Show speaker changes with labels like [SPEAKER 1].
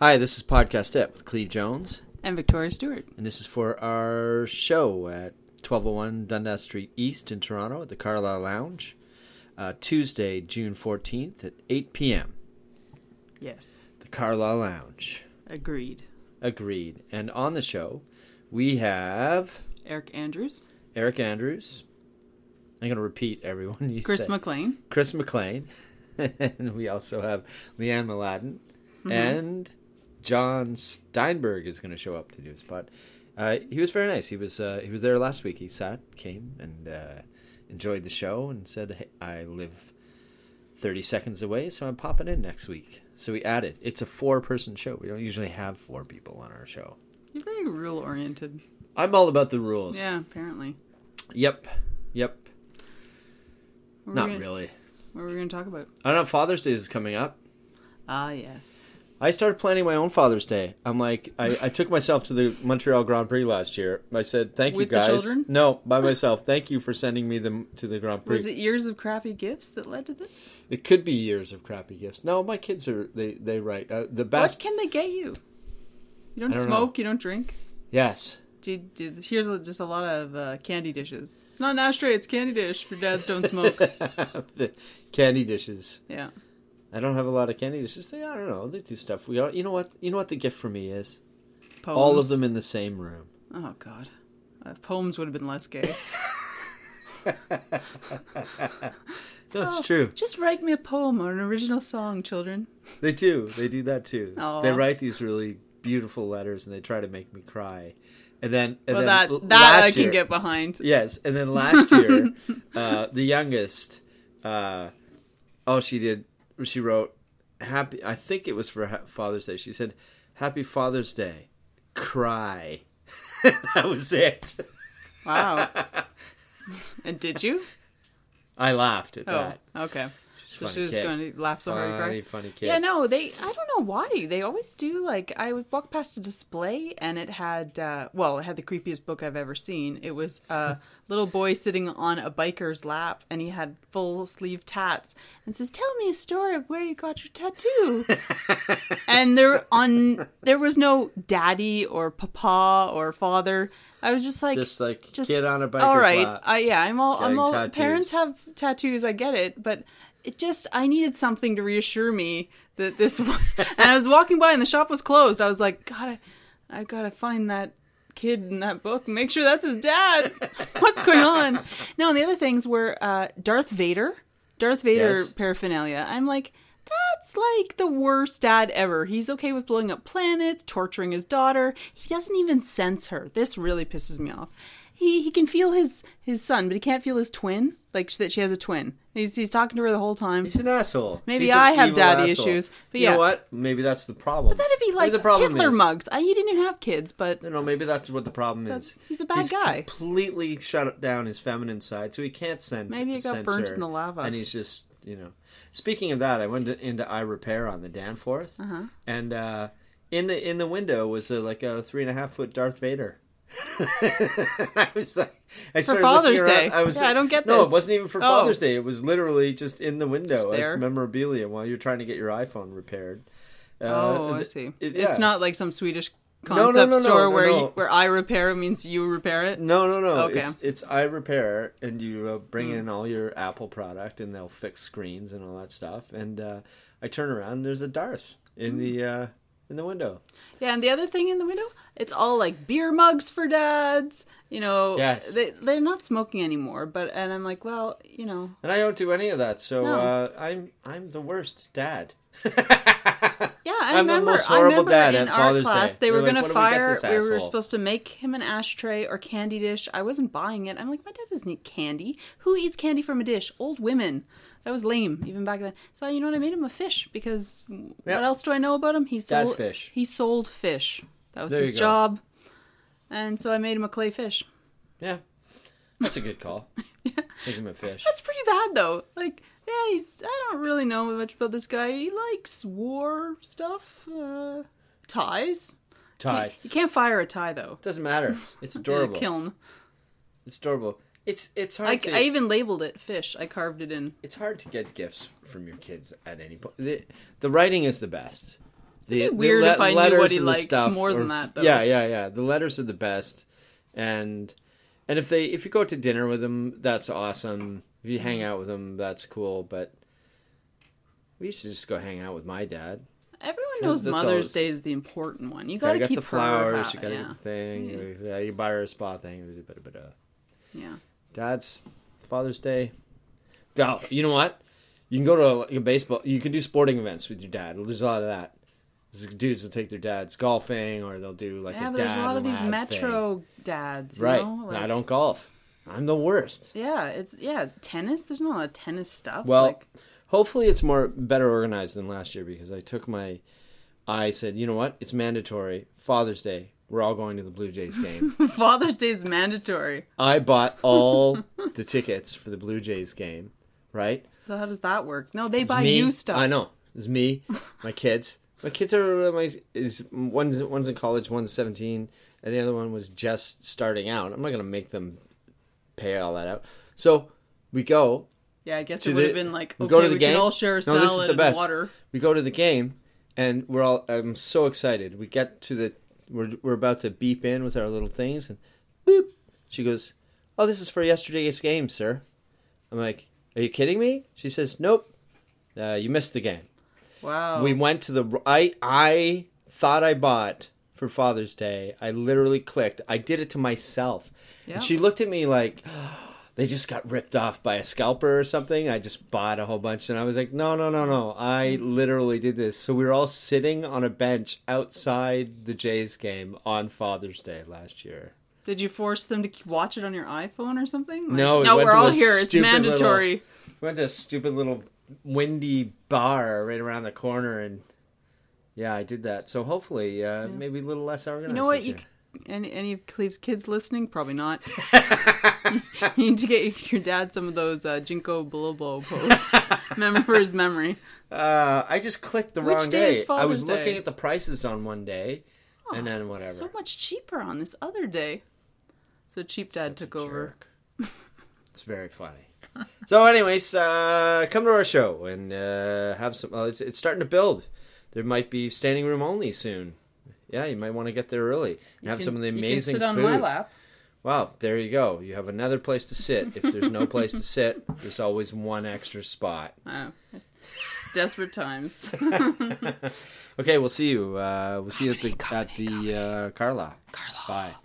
[SPEAKER 1] Hi, this is Podcast Step with Cleve Jones,
[SPEAKER 2] And Victoria Stewart.
[SPEAKER 1] and this is for our show at 1201 Dundas Street East in Toronto at the Carlisle Lounge, uh, Tuesday, June 14th at 8 p.m.
[SPEAKER 2] Yes.
[SPEAKER 1] The Carlisle Lounge.
[SPEAKER 2] Agreed.
[SPEAKER 1] Agreed. And on the show, we have
[SPEAKER 2] Eric Andrews,
[SPEAKER 1] Eric Andrews. I'm going to repeat everyone you
[SPEAKER 2] Chris
[SPEAKER 1] said.
[SPEAKER 2] McLean,
[SPEAKER 1] Chris McLean. and we also have Leanne Maladen.
[SPEAKER 2] Mm-hmm.
[SPEAKER 1] And John Steinberg is going to show up to do his part. Uh, he was very nice. He was uh, he was there last week. He sat, came, and uh, enjoyed the show, and said, hey, "I live thirty seconds away, so I'm popping in next week." So we added. It's a four person show. We don't usually have four people on our show.
[SPEAKER 2] You're very rule oriented.
[SPEAKER 1] I'm all about the rules.
[SPEAKER 2] Yeah, apparently.
[SPEAKER 1] Yep. Yep.
[SPEAKER 2] What were we
[SPEAKER 1] Not
[SPEAKER 2] gonna-
[SPEAKER 1] really.
[SPEAKER 2] What were we going to talk about?
[SPEAKER 1] I don't know. Father's Day is coming up.
[SPEAKER 2] Ah, yes.
[SPEAKER 1] I started planning my own Father's Day. I'm like, I, I took myself to the Montreal Grand Prix last year. I said, "Thank
[SPEAKER 2] With
[SPEAKER 1] you guys."
[SPEAKER 2] the children?
[SPEAKER 1] No, by myself. Thank you for sending me them to the Grand Prix.
[SPEAKER 2] Was it years of crappy gifts that led to this?
[SPEAKER 1] It could be years of crappy gifts. No, my kids are they they right. Uh, the
[SPEAKER 2] What
[SPEAKER 1] best.
[SPEAKER 2] can they get you? You don't,
[SPEAKER 1] I don't know.
[SPEAKER 2] smoke, you don't drink.
[SPEAKER 1] Yes.
[SPEAKER 2] Do you- do- Here's a- just a lot of uh, candy dishes. It's not an ashtray, it's candy dish for dads don't smoke.
[SPEAKER 1] The candy dishes.
[SPEAKER 2] yeah.
[SPEAKER 1] I don't have a lot of candy dishes. They, I don't know. They do stuff. We all, you know what? You know what the gift for me is?
[SPEAKER 2] Poems.
[SPEAKER 1] All of them in the same room.
[SPEAKER 2] Oh, God. Uh, poems would have been less gay.
[SPEAKER 1] No, it's
[SPEAKER 2] Oh,
[SPEAKER 1] true.
[SPEAKER 2] Just write me a poem or an original song, children.
[SPEAKER 1] They do. They do that too.
[SPEAKER 2] Aw.
[SPEAKER 1] They write these really beautiful letters and they try to make me cry. And then, and then
[SPEAKER 2] Well, that,
[SPEAKER 1] l-
[SPEAKER 2] that I
[SPEAKER 1] last
[SPEAKER 2] can
[SPEAKER 1] year-
[SPEAKER 2] get behind.
[SPEAKER 1] Yes, and then last year, uh, the youngest, uh, all she did, she wrote happy. I think it was for ha- Father's Day. She said, "Happy Father's Day, cry." that was it.
[SPEAKER 2] Wow. and did you?
[SPEAKER 1] I laughed at
[SPEAKER 2] Oh,
[SPEAKER 1] that.
[SPEAKER 2] okay. So
[SPEAKER 1] funny
[SPEAKER 2] she was
[SPEAKER 1] kid.
[SPEAKER 2] going to laugh so hard you
[SPEAKER 1] Funny,
[SPEAKER 2] cried.
[SPEAKER 1] funny kid.
[SPEAKER 2] Yeah, no, they. I don't know why they always do. Like, I would walk past a display, and it had, uh, well, it had the creepiest book I've ever seen. It was a little boy sitting on a biker's lap, and he had full sleeve tats, and says, "Tell me a story of where you got your tattoo." and there on there was no daddy or papa or father. I was just like,
[SPEAKER 1] Just like kid on a biker's
[SPEAKER 2] all right,
[SPEAKER 1] lap.
[SPEAKER 2] I, yeah, I'm all. I'm
[SPEAKER 1] getting
[SPEAKER 2] all.
[SPEAKER 1] tattoos.
[SPEAKER 2] Parents have tattoos. I get it, but it just I needed something to reassure me that this. wa- and I was walking by, and the shop was closed. I was like, God, I, I gotta find that kid in that book. and Make sure that's his dad. What's going on? No, and the other things were uh, Darth Vader, Darth Vader
[SPEAKER 1] Yes.
[SPEAKER 2] paraphernalia. I'm like. That's like the worst dad ever. He's okay with blowing up planets, torturing his daughter. He doesn't even sense her. This really pisses me off. He he can feel his his son, but he can't feel his twin. Like sh- that she has a twin. He's he's talking to her the whole time.
[SPEAKER 1] He's an asshole.
[SPEAKER 2] Maybe
[SPEAKER 1] He's an
[SPEAKER 2] I have
[SPEAKER 1] evil
[SPEAKER 2] daddy
[SPEAKER 1] asshole.
[SPEAKER 2] issues, but
[SPEAKER 1] you
[SPEAKER 2] yeah.
[SPEAKER 1] know what? Maybe that's the problem. But
[SPEAKER 2] That'd be like
[SPEAKER 1] the problem
[SPEAKER 2] Hitler
[SPEAKER 1] is,
[SPEAKER 2] mugs. I, he didn't even have kids, but
[SPEAKER 1] No, no, maybe that's what the problem is.
[SPEAKER 2] he's a bad guy.
[SPEAKER 1] Completely shut down his feminine side, so he can't send.
[SPEAKER 2] Maybe it got
[SPEAKER 1] sense
[SPEAKER 2] burnt
[SPEAKER 1] her,
[SPEAKER 2] in the lava.
[SPEAKER 1] and he's just you know. Speaking of that, I went to, into eye repair on the Danforth,
[SPEAKER 2] Uh-huh.
[SPEAKER 1] and uh, in the in the window was a, like a three and a half foot Darth Vader. I was like, I started looking
[SPEAKER 2] Father's
[SPEAKER 1] around,
[SPEAKER 2] Day.
[SPEAKER 1] I was,
[SPEAKER 2] Yeah, I don't get
[SPEAKER 1] no,
[SPEAKER 2] this.
[SPEAKER 1] it wasn't even for
[SPEAKER 2] Oh.
[SPEAKER 1] Father's Day. It was literally just in the window as
[SPEAKER 2] there.
[SPEAKER 1] memorabilia while you're trying to get your iPhone repaired. Uh,
[SPEAKER 2] oh, I
[SPEAKER 1] th-
[SPEAKER 2] see.
[SPEAKER 1] it- yeah.
[SPEAKER 2] It's not like some Swedish
[SPEAKER 1] no,
[SPEAKER 2] concept
[SPEAKER 1] no, no,
[SPEAKER 2] store
[SPEAKER 1] no,
[SPEAKER 2] where
[SPEAKER 1] no.
[SPEAKER 2] You, where I repair means you repair it.
[SPEAKER 1] No, no, no.
[SPEAKER 2] Okay. Hmm.
[SPEAKER 1] It's, it's eye repair, and you uh, bring in all your Apple product, and they'll fix screens and all that stuff. And uh, I turn around, and there's a Darth in
[SPEAKER 2] Hmm.
[SPEAKER 1] the uh, in the window.
[SPEAKER 2] Yeah, and the other thing in the window, it's all like beer mugs for dads. You know,
[SPEAKER 1] Yes.
[SPEAKER 2] they they're not smoking anymore. But and I'm like, well, you know,
[SPEAKER 1] And I don't do any of that, so
[SPEAKER 2] No.
[SPEAKER 1] uh, I'm I'm the worst dad.
[SPEAKER 2] yeah. I
[SPEAKER 1] I'm the
[SPEAKER 2] remember,
[SPEAKER 1] most
[SPEAKER 2] I
[SPEAKER 1] horrible
[SPEAKER 2] remember
[SPEAKER 1] dad
[SPEAKER 2] in
[SPEAKER 1] at
[SPEAKER 2] our
[SPEAKER 1] Father's
[SPEAKER 2] class
[SPEAKER 1] Day.
[SPEAKER 2] they
[SPEAKER 1] They're
[SPEAKER 2] were
[SPEAKER 1] like,
[SPEAKER 2] gonna
[SPEAKER 1] "What do we get
[SPEAKER 2] fire.
[SPEAKER 1] this
[SPEAKER 2] We, were
[SPEAKER 1] asshole?"
[SPEAKER 2] supposed to make him an ashtray or candy dish. I wasn't buying it. I'm like, my dad doesn't eat candy. Who eats candy from a dish? Old women. That was lame even back then. So you know what? I made him a fish because what else do I know about him? He
[SPEAKER 1] Dad
[SPEAKER 2] sold
[SPEAKER 1] fish.
[SPEAKER 2] He sold fish. That was
[SPEAKER 1] There you
[SPEAKER 2] his
[SPEAKER 1] go.
[SPEAKER 2] job. And so I made him a clay fish.
[SPEAKER 1] Yeah, that's a good call. Make him a fish.
[SPEAKER 2] That's pretty bad though. Like, yeah, he's. I don't really know much about this guy. He likes war stuff, uh, ties.
[SPEAKER 1] Tie
[SPEAKER 2] You can't fire a tie though.
[SPEAKER 1] doesn't matter. It's
[SPEAKER 2] in a
[SPEAKER 1] adorable.
[SPEAKER 2] kiln.
[SPEAKER 1] It's adorable. It's it's hard
[SPEAKER 2] I,
[SPEAKER 1] to
[SPEAKER 2] I even labeled it fish. I carved it in.
[SPEAKER 1] it's hard to get gifts from your kids at any point. The, the writing is the best. The,
[SPEAKER 2] be weird if I knew
[SPEAKER 1] letters
[SPEAKER 2] what he
[SPEAKER 1] and the
[SPEAKER 2] liked
[SPEAKER 1] stuff
[SPEAKER 2] more than that, though.
[SPEAKER 1] Yeah, yeah, yeah. The letters are the best, and and if they if you go to dinner with them, that's awesome. If you hang out with them, that's cool. But we should just go hang out with my dad.
[SPEAKER 2] Everyone knows
[SPEAKER 1] That's
[SPEAKER 2] Mother's
[SPEAKER 1] always-
[SPEAKER 2] Day is the important one. You got
[SPEAKER 1] Gotta
[SPEAKER 2] to
[SPEAKER 1] get
[SPEAKER 2] keep
[SPEAKER 1] the flowers.
[SPEAKER 2] Her
[SPEAKER 1] You
[SPEAKER 2] happy.
[SPEAKER 1] gotta
[SPEAKER 2] yeah. Mm.
[SPEAKER 1] get the thing. Yeah, you buy her a spa thing. But but uh,
[SPEAKER 2] yeah.
[SPEAKER 1] Dad's Father's Day. Oh, you know what? You can go to like, a baseball. You can do sporting events with your dad. There's a lot of that. These Dudes will take their dads golfing, or they'll do like
[SPEAKER 2] Yeah,
[SPEAKER 1] a
[SPEAKER 2] but there's a
[SPEAKER 1] dad
[SPEAKER 2] lot of these
[SPEAKER 1] lad thing.
[SPEAKER 2] metro dads, you
[SPEAKER 1] right?
[SPEAKER 2] know?
[SPEAKER 1] I
[SPEAKER 2] like-
[SPEAKER 1] don't golf. I'm the worst.
[SPEAKER 2] Yeah, it's yeah tennis. There's not a lot of tennis stuff.
[SPEAKER 1] Well,
[SPEAKER 2] like,
[SPEAKER 1] hopefully it's more better organized than last year because I took my. I said, you know what? It's mandatory. Father's Day. We're all going to the Blue Jays game.
[SPEAKER 2] Father's Day is mandatory.
[SPEAKER 1] I bought all the tickets for the Blue Jays game, right?
[SPEAKER 2] So how does that work? No, they
[SPEAKER 1] It's
[SPEAKER 2] buy
[SPEAKER 1] me.
[SPEAKER 2] you stuff.
[SPEAKER 1] I know. It's me, my kids. My kids are uh, my is one's one's in college, one's seventeen, and the other one was just starting out. I'm not gonna make them pay all that out. So we go
[SPEAKER 2] Yeah, I guess
[SPEAKER 1] to
[SPEAKER 2] it
[SPEAKER 1] the-
[SPEAKER 2] would have been like
[SPEAKER 1] we
[SPEAKER 2] okay,
[SPEAKER 1] go to the
[SPEAKER 2] we
[SPEAKER 1] game.
[SPEAKER 2] can all share a
[SPEAKER 1] No, this is
[SPEAKER 2] salad
[SPEAKER 1] the
[SPEAKER 2] and
[SPEAKER 1] best.
[SPEAKER 2] water.
[SPEAKER 1] we go to the game and we're all i'm so excited we get to the we're, we're about to beep in with our little things and boop she goes oh this is for yesterday's game sir i'm like are you kidding me she says nope uh, you missed the game
[SPEAKER 2] Wow.
[SPEAKER 1] we went to the i i thought i bought for father's day i literally clicked i did it to myself
[SPEAKER 2] yeah.
[SPEAKER 1] and she looked at me like they just got ripped off by a scalper or something. I just bought a whole bunch and I was like, no, no, no, no. I literally did this. So we were all sitting on a bench outside the Jays game on Father's Day last year.
[SPEAKER 2] Did you force them to k- watch it on your iPhone or something? Like,
[SPEAKER 1] No, we
[SPEAKER 2] no,
[SPEAKER 1] went
[SPEAKER 2] we're
[SPEAKER 1] to
[SPEAKER 2] all
[SPEAKER 1] this
[SPEAKER 2] here. It's
[SPEAKER 1] stupid Oh,
[SPEAKER 2] mandatory.
[SPEAKER 1] We went to a stupid little windy bar right around the corner and yeah, I did that. So hopefully, uh, maybe a little less organized.
[SPEAKER 2] You know what?
[SPEAKER 1] this
[SPEAKER 2] You
[SPEAKER 1] year.
[SPEAKER 2] c- any any of Cleve's kids listening? Probably not. you need to get your dad some of those uh, Jinko Bilobo posts. Remember for his memory.
[SPEAKER 1] Uh, I just clicked the
[SPEAKER 2] Which
[SPEAKER 1] wrong
[SPEAKER 2] day
[SPEAKER 1] day.
[SPEAKER 2] is
[SPEAKER 1] I was
[SPEAKER 2] Father's Day? Oh,
[SPEAKER 1] looking at the prices on one day and then whatever.
[SPEAKER 2] So much cheaper on this other day. So cheap
[SPEAKER 1] Such
[SPEAKER 2] dad
[SPEAKER 1] a
[SPEAKER 2] took over.
[SPEAKER 1] jerk. it's very funny. So, anyways, uh, come to our show and uh, have some. Well, it's, it's starting to build. There might be standing room only soon. Yeah, you might want to get there early and
[SPEAKER 2] You
[SPEAKER 1] have
[SPEAKER 2] can-
[SPEAKER 1] some of the amazing
[SPEAKER 2] You can sit on
[SPEAKER 1] food.
[SPEAKER 2] my lap.
[SPEAKER 1] Wow, there you go. You have another place to sit. If there's no place to sit, there's always one extra spot.
[SPEAKER 2] Oh. It's desperate times.
[SPEAKER 1] Okay, we'll see you. Uh, we'll see you at the,
[SPEAKER 2] Comedy,
[SPEAKER 1] at the uh, Carla. Carla. Bye.